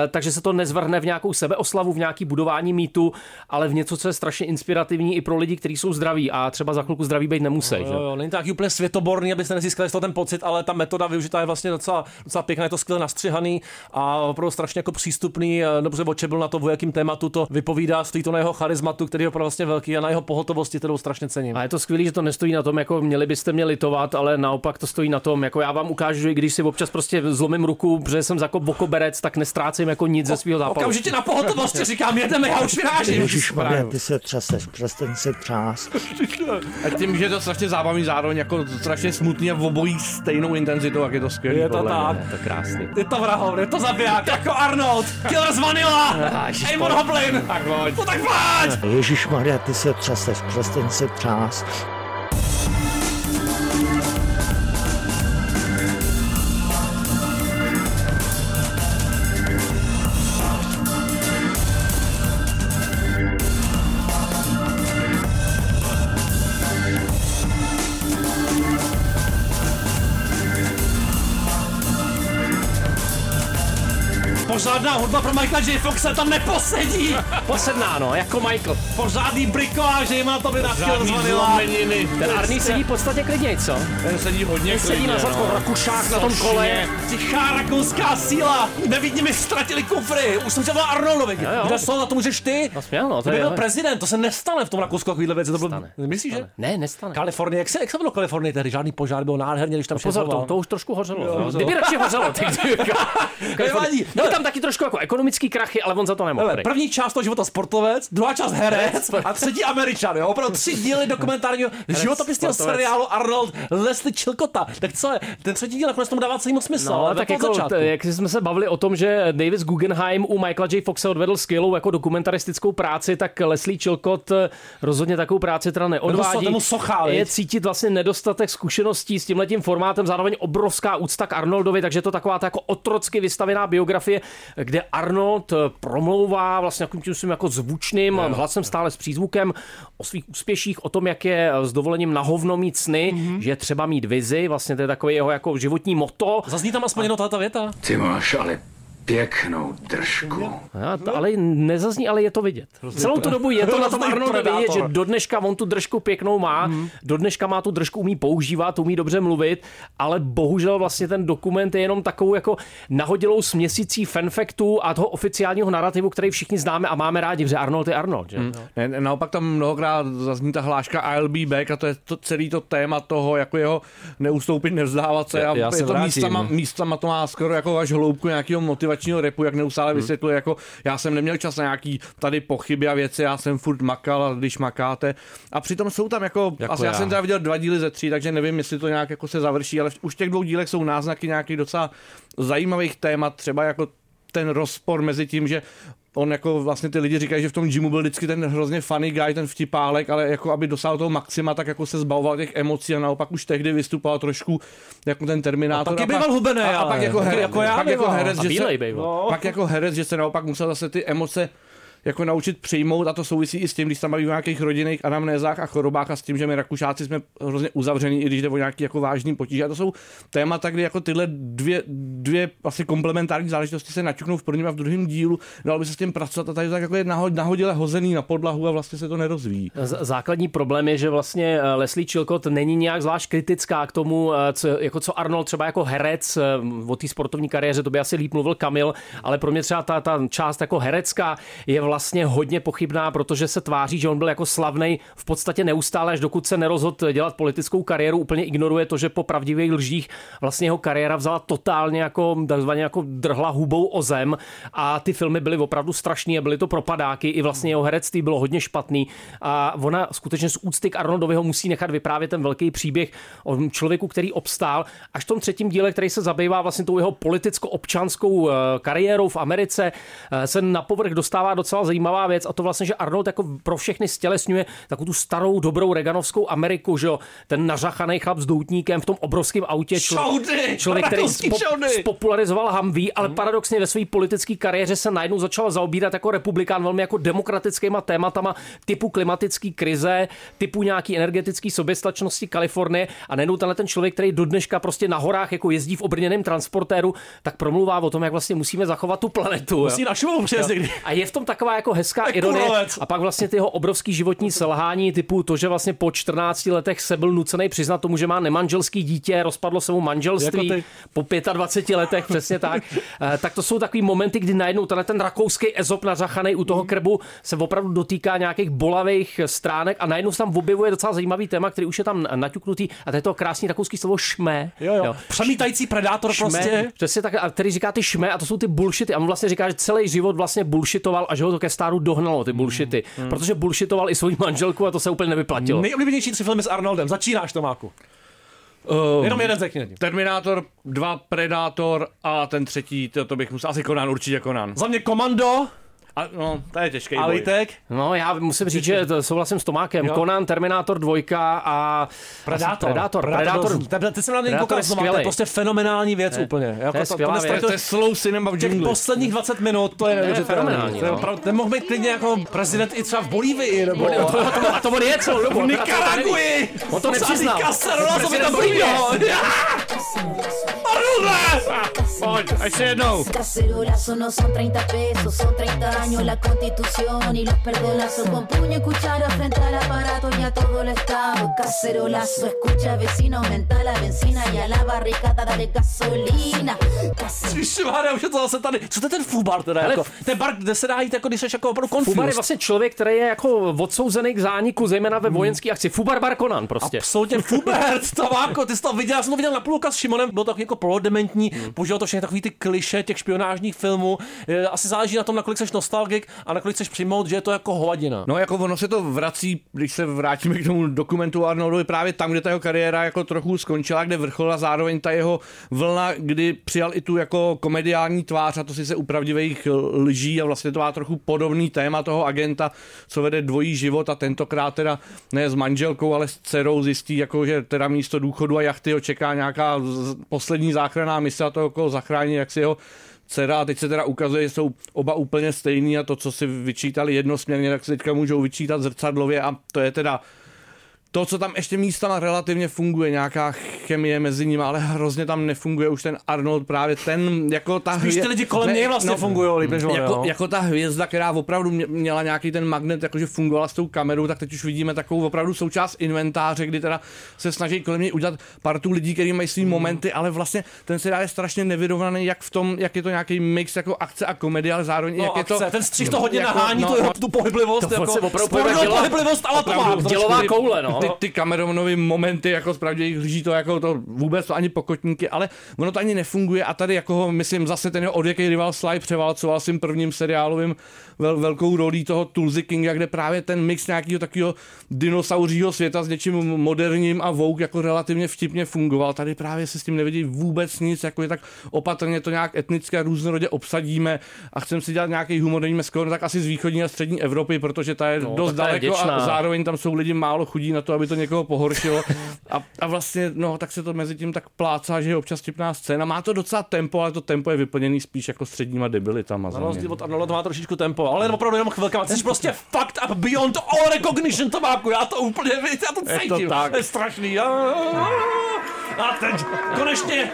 eh, takže se to nezvrhne v nějakou sebeoslavu, v nějaký budování mýtu, ale v něco, co je strašně inspirativní i pro lidi, kteří jsou zdraví a třeba za chvilku zdraví být nemusí.
Jo, jo, není to nějaký úplně světoborný, abyste nezískali z toho ten pocit, ale ta metoda využitá je vlastně docela, docela pěkná, je to skvěle nastřihaný a opravdu strašně jako přístupný. eh, Dobře oče byl na to, o jakým tématu to vypovídá, stojí to na jeho charizmatu, který je opravdu vlastně velký a na jeho pohotovosti, kterou strašně cením.
A je to skvělé, že to nestojí na tom, jako měli byste mě litovat, ale naopak to stojí na tom, jako já vám ukážu, že když si občas prostě zlomím ruku, protože jsem jako bokoberec, tak nestrácím jako nic ze svého zápalu.
Okamžitě na pohotovosti říkám, jedeme, já už vyrážím.
Ježišmarja, ty se třeseš, přestaň se třást.
A tím, že je to strašně zábavný, zároveň jako strašně smutný a v obojí stejnou intenzitou, jak je to skvělý.
Je to
podle mě.
tak.
Je to krásný.
Je to vrahoun, je to zabiják, jako Arnold, Killer z Vanilla, Eamon Hoblin. Tak pojď. No tak pojď!
Ježišmarja, ty se třeseš, přestaň se třást.
Pořádná hudba pro Michaela J. Foxe tam neposedí! Posedná, no, jako Michael. Pořádný brikoláže má to by navštěl
Pořádný zlomeniny. Ten Arný sedí v podstatě klidně, co?
Ten sedí hodně no.
Ten sedí na zadku, rakušák na tom kole.
Tichá rakouská síla! Nevidně mi ztratili kufry! Už jsem se volal Arnoldovi.
jo.
Kde jsou na to můžeš ty? No
směl, no, to
Kdyby
je-
byl prezident, to se nestane v tom Rakousku takovýhle věci. To bylo, myslíš, že?
Ne, nestane.
Kalifornie, jak se, jak se bylo Kalifornie tehdy? Žádný požár byl nádherně, když tam no,
Pozor, to, to už trošku hořelo.
Jo,
Jo,
hořelo.
Kdyby radši hořelo, ty
Nevadí.
Byly tam taky trošku jako ekonomický krachy, ale on za to nemohl.
Ale
prý.
první část toho života sportovec, druhá část herec a třetí američan, jo? Opravdu tři díly dokumentárního
Herec,
životopisního
sportovec.
seriálu Arnold Leslie Chilkota. Tak co je? Ten třetí díl nakonec tomu dává celý moc smysl,
No,
ale
ale tak
tak od
jako,
začátku.
t- jak jsme se bavili o tom, že Davis Guggenheim u Michaela J. Foxe odvedl skvělou jako dokumentaristickou práci, tak Leslie Chilcott eh, rozhodně takovou práci teda neodvádí.
Ten mu sochá,
Je
viď?
cítit vlastně nedostatek zkušeností s tímhletím formátem, zároveň obrovská úcta k Arnoldovi, takže je to taková ta jako otrocky vystavená biografie, kde Arnold eh, promlouvá vlastně takovým tím svým jako zvučným
Jo.
hlasem stále s přízvukem o svých úspěších, o tom, jak je eh, s dovolením na hovno mít sny,
Mhm.
že je třeba mít vizi, vlastně to je takové jeho jako životní moto.
Zazní tam aspoň jenom tato věta.
Ty máš ale pěknou držku.
A No,
No.
to, ale nezazní, ale je to vidět.
Hrozný
Celou
pre-
tu dobu je to na tom
hrozný
Arnoldovi
predátor.
vidět, že do dneška on tu držku pěknou má,
Hmm.
do dneška má tu držku, umí používat, umí dobře mluvit, ale bohužel vlastně ten dokument je jenom takovou jako nahodilou směsicí fanfektů a toho oficiálního narrativu, který všichni známe a máme rádi, protože Arnold je Arnold. Že?
Hmm. Ne, ne, naopak tam mnohokrát zazní ta hláška I'll be back a to je to, celý to téma toho, jako jeho neustoupit, nevzdávat se.
Já-
a
já
je
se
to
vrátím.
místama, místama to má skoro jako až hloubku nějakého motivačního repu, jak neustále
Hmm.
vysvětluje, jako já jsem neměl čas na nějaký tady pochyby a věci, já jsem furt makal a když makáte. A přitom jsou tam jako,
Jako
jako asi já.
já.
já jsem teda viděl dva díly ze tří, takže nevím, jestli to nějak jako se završí, ale v- už v těch dvou dílech jsou náznaky nějakých docela zajímavých témat, třeba jako ten rozpor mezi tím, že on jako vlastně ty lidi říkají, že v tom gymu byl vždycky ten hrozně funny guy, ten vtipálek, ale jako aby dosáhl toho maxima, tak jako se zbavoval těch emocí a naopak už tehdy vystupoval trošku jako ten Terminátor.
A taky
pak-
býval hubený,
a, a pak
ale.
jako,
Taky
her,
jako já
pak jako
býval.
herec,
A
že
bílej
se,
býval.
no. pak jako herec, že se naopak musel zase ty emoce jako naučit přijmout a to souvisí i s tím, když tam baví o nějakých rodinných anamnézách a chorobách a s tím, že my Rakušáci jsme hrozně uzavření, i když jde o nějaký jako vážný potíže. A to jsou témata, kdy jako tyhle dvě, dvě asi komplementární záležitosti se naťuknou v prvním a v druhém dílu, dalo by se s tím pracovat a tady to tak jako je naho- nahodile hozený na podlahu a vlastně se to nerozvíjí.
Z- Základní problém je, že vlastně eh, Leslie Chilcott není nějak zvlášť kritická k tomu, eh, co, jako co Arnold třeba jako herec eh, o té sportovní kariéře, to by asi líp mluvil Kamil, ale pro mě třeba ta, ta část jako herecká je vlastně hodně pochybná, protože se tváří, že on byl jako slavný v podstatě neustále, až dokud se nerozhodl dělat politickou kariéru, úplně ignoruje to, že po pravdivých lžích vlastně jeho kariéra vzala totálně jako takzvaně jako drhla hubou o zem a ty filmy byly opravdu strašný a byly to propadáky, i vlastně jeho herectví bylo hodně špatný a ona skutečně z úcty k Arnoldovi ho musí nechat vyprávět ten velký příběh o člověku, který obstál až v tom třetím díle, který se zabývá vlastně tou jeho politicko-občanskou eh, kariérou v Americe, eh, se na povrch dostává docela zajímavá věc a to vlastně, že Arnold jako pro všechny stělesňuje takovou tu starou, dobrou reganovskou Ameriku, že jo, ten nařachaný chlap s doutníkem v tom obrovském autě,
Šoudy!
člověk, který
Rakouský
spo-
šoudy!
spopularizoval Humvee, ale paradoxně ve své politické kariéře se najednou začal zaobírat jako republikán velmi jako demokratickýma tématama typu klimatické krize, typu nějaký energetické soběstačnosti Kalifornie a najednou tenhle ten člověk, který do dneška prostě na horách jako jezdí v obrněném transportéru, tak promluvá o tom, jak vlastně musíme zachovat tu planetu. jo.
Musí na Šumavou přijet
Jo.
někdy.
A je v tom taková jako hezká
Tak
ironie.
kurovec.
A pak vlastně ty jeho obrovský životní selhání, typu to, že vlastně po 14 letech se byl nucený přiznat tomu, že má nemanželský dítě, rozpadlo se mu manželství
Jako ty.
po 25 letech, přesně tak. Eh, tak to jsou takový momenty, kdy najednou tenhle ten rakouský ezop nařachaný u toho krbu se opravdu dotýká nějakých bolavých stránek a najednou se tam objevuje docela zajímavý téma, který už je tam naťuknutý a to je to krásný rakouský slovo šmé. Jo, jo.
Přemítající predátor
Šme,
prostě.
Přesně tak, a který říká ty šme a to jsou ty bullshity. A on vlastně říká, že celý život vlastně bullshitoval a že ho to ke stáru dohnalo, ty bullshity.
mm.
Protože bullshitoval i svou manželku a to se úplně nevyplatilo.
Nejoblíbenější tři filmy s Arnoldem. Začínáš, Tomáku.
Uh,
Jenom jeden řekni.
Terminátor, dva Predátor a ten třetí, to, to bych musel, asi Conan, určitě Conan.
Za mě Komando.
A, no, to je těžký
A
boj.
Litek?
No, já musím říct, že to souhlasím s Tomákem.
Jo.
Jo. Conan, Terminátor 2 a
Predátor.
Predátor. Predátor.
byl- Te- Teď jsem na něj
Predátor
koukal
je
znovu, to je
skvělej.
prostě fenomenální věc
Ne,
úplně.
to je
Jako ta-
skvělá
tohle-
věc. To je
slow cinema v
Těch posledních 20 minut, to je
To je
neuvěřitelné.
fenomenální,
To je
no.
opravdu- Ten mohl být klidně jako prezident i třeba v Bolívii, nebo...
No, to- to- a to on je celou dobu,
V
akorát to
Nikaraguji!
neví. On to nepřiznal.
Casarola, co by tam
Prezident Bolívie.
bylo!
Pojď, až se jednou.
Cacerolazo no son 30 pesos, son 30 años la constitución y los perdonazos con puño y cuchara frente al aparato y a todo el estado. Cacerolazo, escucha vecino, aumenta la benzina y a la barricada dale gasolina.
Ježišmarja, už je to zase tady. Co to je ten fubar teda? Jako, ten bar, kde se dá jít, jako když jsi jako opravdu confused.
Fubar je vlastně člověk, který je jako odsouzený k zániku, zejména ve vojenské akci. Fubar Barkonan prostě.
Absolutně Fubert, tabáko, ty jsi to viděl, já jsem to viděl na půlka s Šimonem, bylo to tak jako polodementní, hmm. používal to všechny takový ty kliše těch špionážních filmů. Eh, Asi záleží na tom, nakolik jsi nostalgik a nakolik chceš přijmout, že je to jako hovadina.
No jako ono se to vrací, když se vrátíme k tomu dokumentu o Arnoldovi, právě tam, kde ta jeho kariéra jako trochu skončila, kde vrcholila zároveň ta jeho vlna, kdy přijal i tu jako komediální tvář a to si se upravdivých lží a vlastně to má trochu podobný téma toho agenta, co vede dvojí život a tentokrát teda ne s manželkou, ale s dcerou zjistí, jako, že teda místo důchodu a jachty ho čeká nějaká z- poslední záchranná mise a toho, koho zachrání, jak si jeho dcera a teď se teda ukazuje, že jsou oba úplně stejný a to, co si vyčítali jednosměrně, tak se teďka můžou vyčítat zrcadlově a to je teda to, co tam ještě místama relativně funguje, nějaká chemie mezi nimi, ale hrozně tam nefunguje už ten Arnold, právě ten, jako ta
Spíš ty lidi kolem něj vlastně fungujou líp než on, jo.
no, jako, jako, ta hvězda, která opravdu mě- měla nějaký ten magnet, jakože fungovala s tou kamerou, tak teď už vidíme takovou opravdu součást inventáře, kdy teda se snaží kolem něj udělat partu lidí, kteří mají
Mhm.
svý momenty, ale vlastně ten seriál je strašně nevyrovnaný, jak v tom, jak je to nějaký mix jako akce a komedie, ale zároveň
No,
jak je
akce.
to... jako- no,
Ten střih to hodně nahání, tu jeho- tu pohyblivost,
To
jako
se opravdu
spornou
povedla děla-
pohyblivost, ale to má
opravdu
trošku.
dělová koule, no. Ty, ty kameronovy momenty, jako zpravdě jich hlíží to jako to vůbec to ani pokotníky, ale ono to ani nefunguje a tady jako ho, myslím, zase ten jeho odvěký rival Sly převálcoval svým prvním seriálovým vel, velkou rolí toho Tulsi Kinga, kde právě ten mix nějakého takového dinosauřího světa s něčím moderním a Vogue jako relativně vtipně fungoval. Tady právě se s tím nevidí vůbec nic, jako je tak opatrně to nějak etnické a různorodě obsadíme a chceme si dělat nějaký humor, nevíme skoro, tak asi z východní a střední Evropy, protože ta je
No,
dost
tak ta je
daleko a
děčná.
zároveň tam jsou lidi málo chudí na to, aby to někoho pohoršilo. A, a vlastně, no, tak se to mezi tím tak plácá, že je občas tipná scéna. Má to docela tempo, ale to tempo je vyplněný spíš jako středníma debilitama.
Na
za mě.
rozdíl od Arnolda má trošičku tempo, ale opravdu jenom chvilkama. Ty jsi prostě fucked up beyond all recognition tabáku. Já to úplně, víc, já to
Je
cítím.
to tak.
je strašný. A, a teď konečně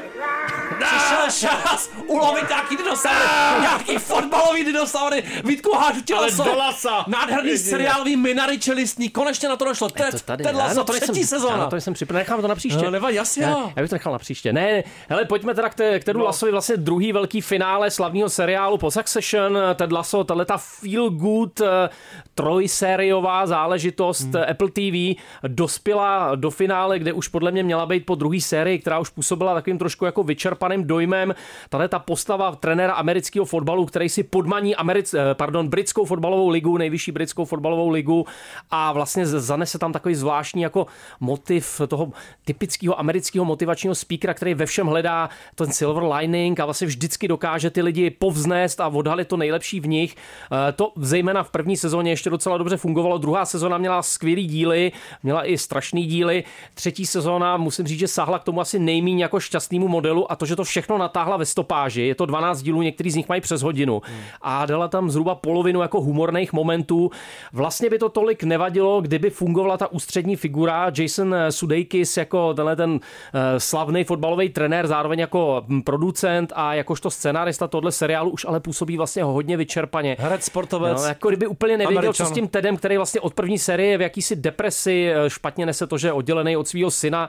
Přišel čas ulovit nějaký dinosaury, nějaký fotbalový dinosaury, Vítku hážu tě
Ale
laso.
do lasa.
Nádherný
Jedině.
seriálový minary čelistní, konečně na to došlo. Ted,
to tady,
Ted
já
Lasso,
na to nejsem-
třetí
já
sezóna.
na to jsem připraven, nechám to na příště.
No, nevadí, jasně,
Já,
jo.
já bych to nechal na příště. Ne, ne, hele, pojďme teda k, té, k Tedu no. Lasovi, vlastně druhý velký finále slavního seriálu po Succession, Ted Lasso, tahle ta feel good eh, trojsériová záležitost hmm. Apple TV dospěla do finále, kde už podle mě měla být po druhé sérii, která už působila takovým trošku jako vyčerpaným dojmem. Tahle ta postava trenéra amerického fotbalu, který si podmaní Americ, eh, pardon, britskou fotbalovou ligu, nejvyšší britskou fotbalovou ligu a vlastně z- zanese tam takový zvláštní jako motiv toho typického amerického motivačního speakera, který ve všem hledá ten silver lining a vlastně vždycky dokáže ty lidi povznést a odhalit to nejlepší v nich. Eh, To zejména v první sezóně ještě docela dobře fungovalo. Druhá sezóna měla skvělý díly, měla i strašný díly. Třetí sezóna, musím říct, že sáhla k tomu asi nejméně jako šťastnému modelu a to, že to všechno natáhla ve stopáži. Je to 12 dílů, některý z nich mají přes hodinu. A dala tam zhruba polovinu jako humorných momentů. Vlastně by to tolik nevadilo, kdyby fungovala ta ústřední figura Jason Sudeikis jako tenhle ten eh, slavný fotbalový trenér, zároveň jako mm, producent a jakožto scenárista tohle seriálu už ale působí vlastně hodně vyčerpaně.
Herec, sportovec.
No, jako kdyby úplně nevěděl,
Američan.
co s tím Tedem, který vlastně od první série je v jakýsi depresi, eh, špatně nese to, že je oddělený od svého syna,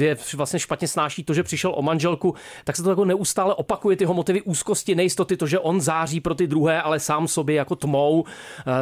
eh, je vlastně špatně snáší to, že přišel o manželku, tak se to jako neustále opakuje tyho motivy úzkosti, nejistoty, to, že on září pro ty druhé, ale sám sobě jako tmou,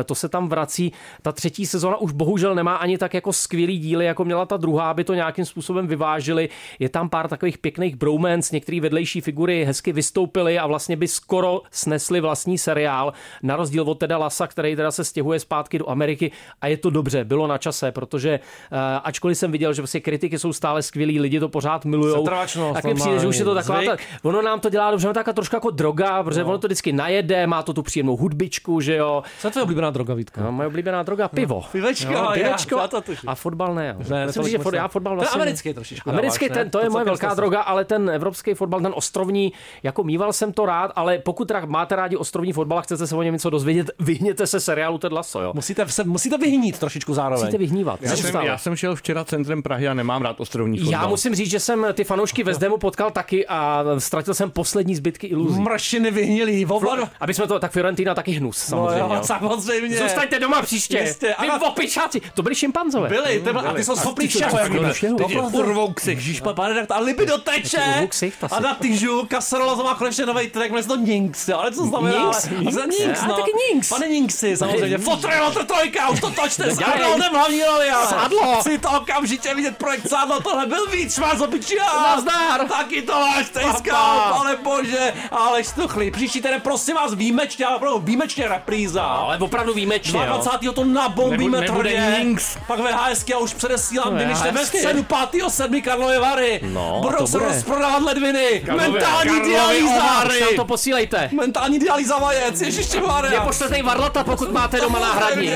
eh, to se tam vrací. Ta třetí sezona už bohužel nemá ani tak jako skvělý díly, jako měla ta druhá, aby to nějakým způsobem vyvážili. Je tam pár takových pěkných bromance, některé vedlejší figury hezky vystoupily a vlastně by skoro snesli vlastní seriál, na rozdíl od teda Lasa, který teda se stěhuje zpátky do Ameriky a je to dobře, bylo na čase, protože eh, ačkoliv jsem viděl, že vlastně kritiky jsou stále skvělí, lidi to pořád milujou,
Setrvačnost
tak mi přijde, že už je to
normální,
taková, ta,
zvyk.
ono nám to dělá dobře, ono taková trošku jako droga, protože no. ono to vždycky najede, má to tu příjemnou hudbičku, že jo.
Co je tvoje oblíbená droga, Vítko?
No, moje oblíbená droga, pivo.
Pivečko,
Jo,
já-
pivečko.
já to tuším.
a fotbal ne. jo.
Ne,
Myslím,
to
že
moc
fot,
ne.
já fotbal
Ten
vlastně...
americký trošišku
Americký,
dáváš, ne?
ten, to, je
To
moje
celkem
velká
jsem-
droga, ale ten evropský fotbal, ten ostrovní, jako mýval jsem to rád, ale pokud teda máte rádi ostrovní fotbal a chcete se o něm něco dozvědět, vyhněte se seriálu Ted Lasso, jo.
Musíte, se, musíte vyhnít trošičku zároveň.
Musíte vyhnívat.
Já jsem,
neustále.
já jsem šel včera centrem Prahy a nemám rád ostrovní fotbal.
Já musím říct, že jsem ty fanoušky Vezdemu potkal taky a ztratil jsem poslední zbytky iluzí.
Mršiny vyhnilý, vovlad.
Aby jsme to, tak Fiorentina taky hnus, samozřejmě.
No
jo.
jo, samozřejmě.
Zůstaňte doma příště.
Jistě,
Vy
ano.
opičáci. To byli šimpanzové.
Byli, to byli, a ty jsou schopný všeho. jako ne. Teď je Urvou ksich, žíš pane, tak a libido
Urvou
teče.
ksich, ta si-
A na tyžu, kasarola má konečně nový track, jmenuje se to Ninx, jo, ale co to znamená?
Ninx?
ale- A za
Ninx?
Ninx,
A
no.
taky Ninx.
Pane Ninxy, samozřejmě.
Ninx.
Fotrejlo trojka, už to točte s
Dělej.
Arnoldem hlavní roli, ale.
Sádlo.
Chci to okamžitě vidět projekt sádlo, tohle byl víc, má zopičí.
Nazdar.
Taky to máš, tejská,
Papa.
ale bože, ale štuchli. Příští týden, prosím vás, výjimečně, ale opravdu výjimečně repríza.
Ale opravdu výjimečně, jo.
22. to nabombíme
Nebu- nebude
tvrdě.
Ninx.
Pak ve HSK já už předesílám,
No,
no, když ve
hezky.
středu 5. 7. Karlovy Vary.
No,
Budou
to
se
bude.
rozprodávat ledviny.
Karlovy-
Mentální
Karlovy
dialýza.
ovary. Nám to posílejte.
Mentální dialýza vajec, ježiště Maria.
Je pošlete i varlata, pokud máte doma náhradní.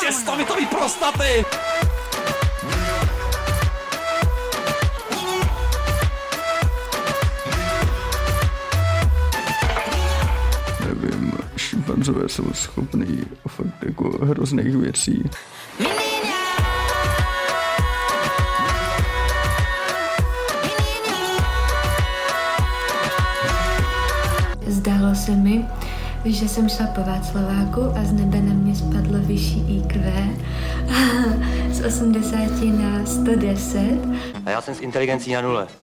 Těstovitový prostaty.
Nevím, šimpanzové jsou schopní fakt jako hrozných věcí.
Zdálo se mi, že jsem šla po Václaváku a z nebe na mě spadlo vyšší IQ z 80 na 110
A já jsem s inteligencí na nule.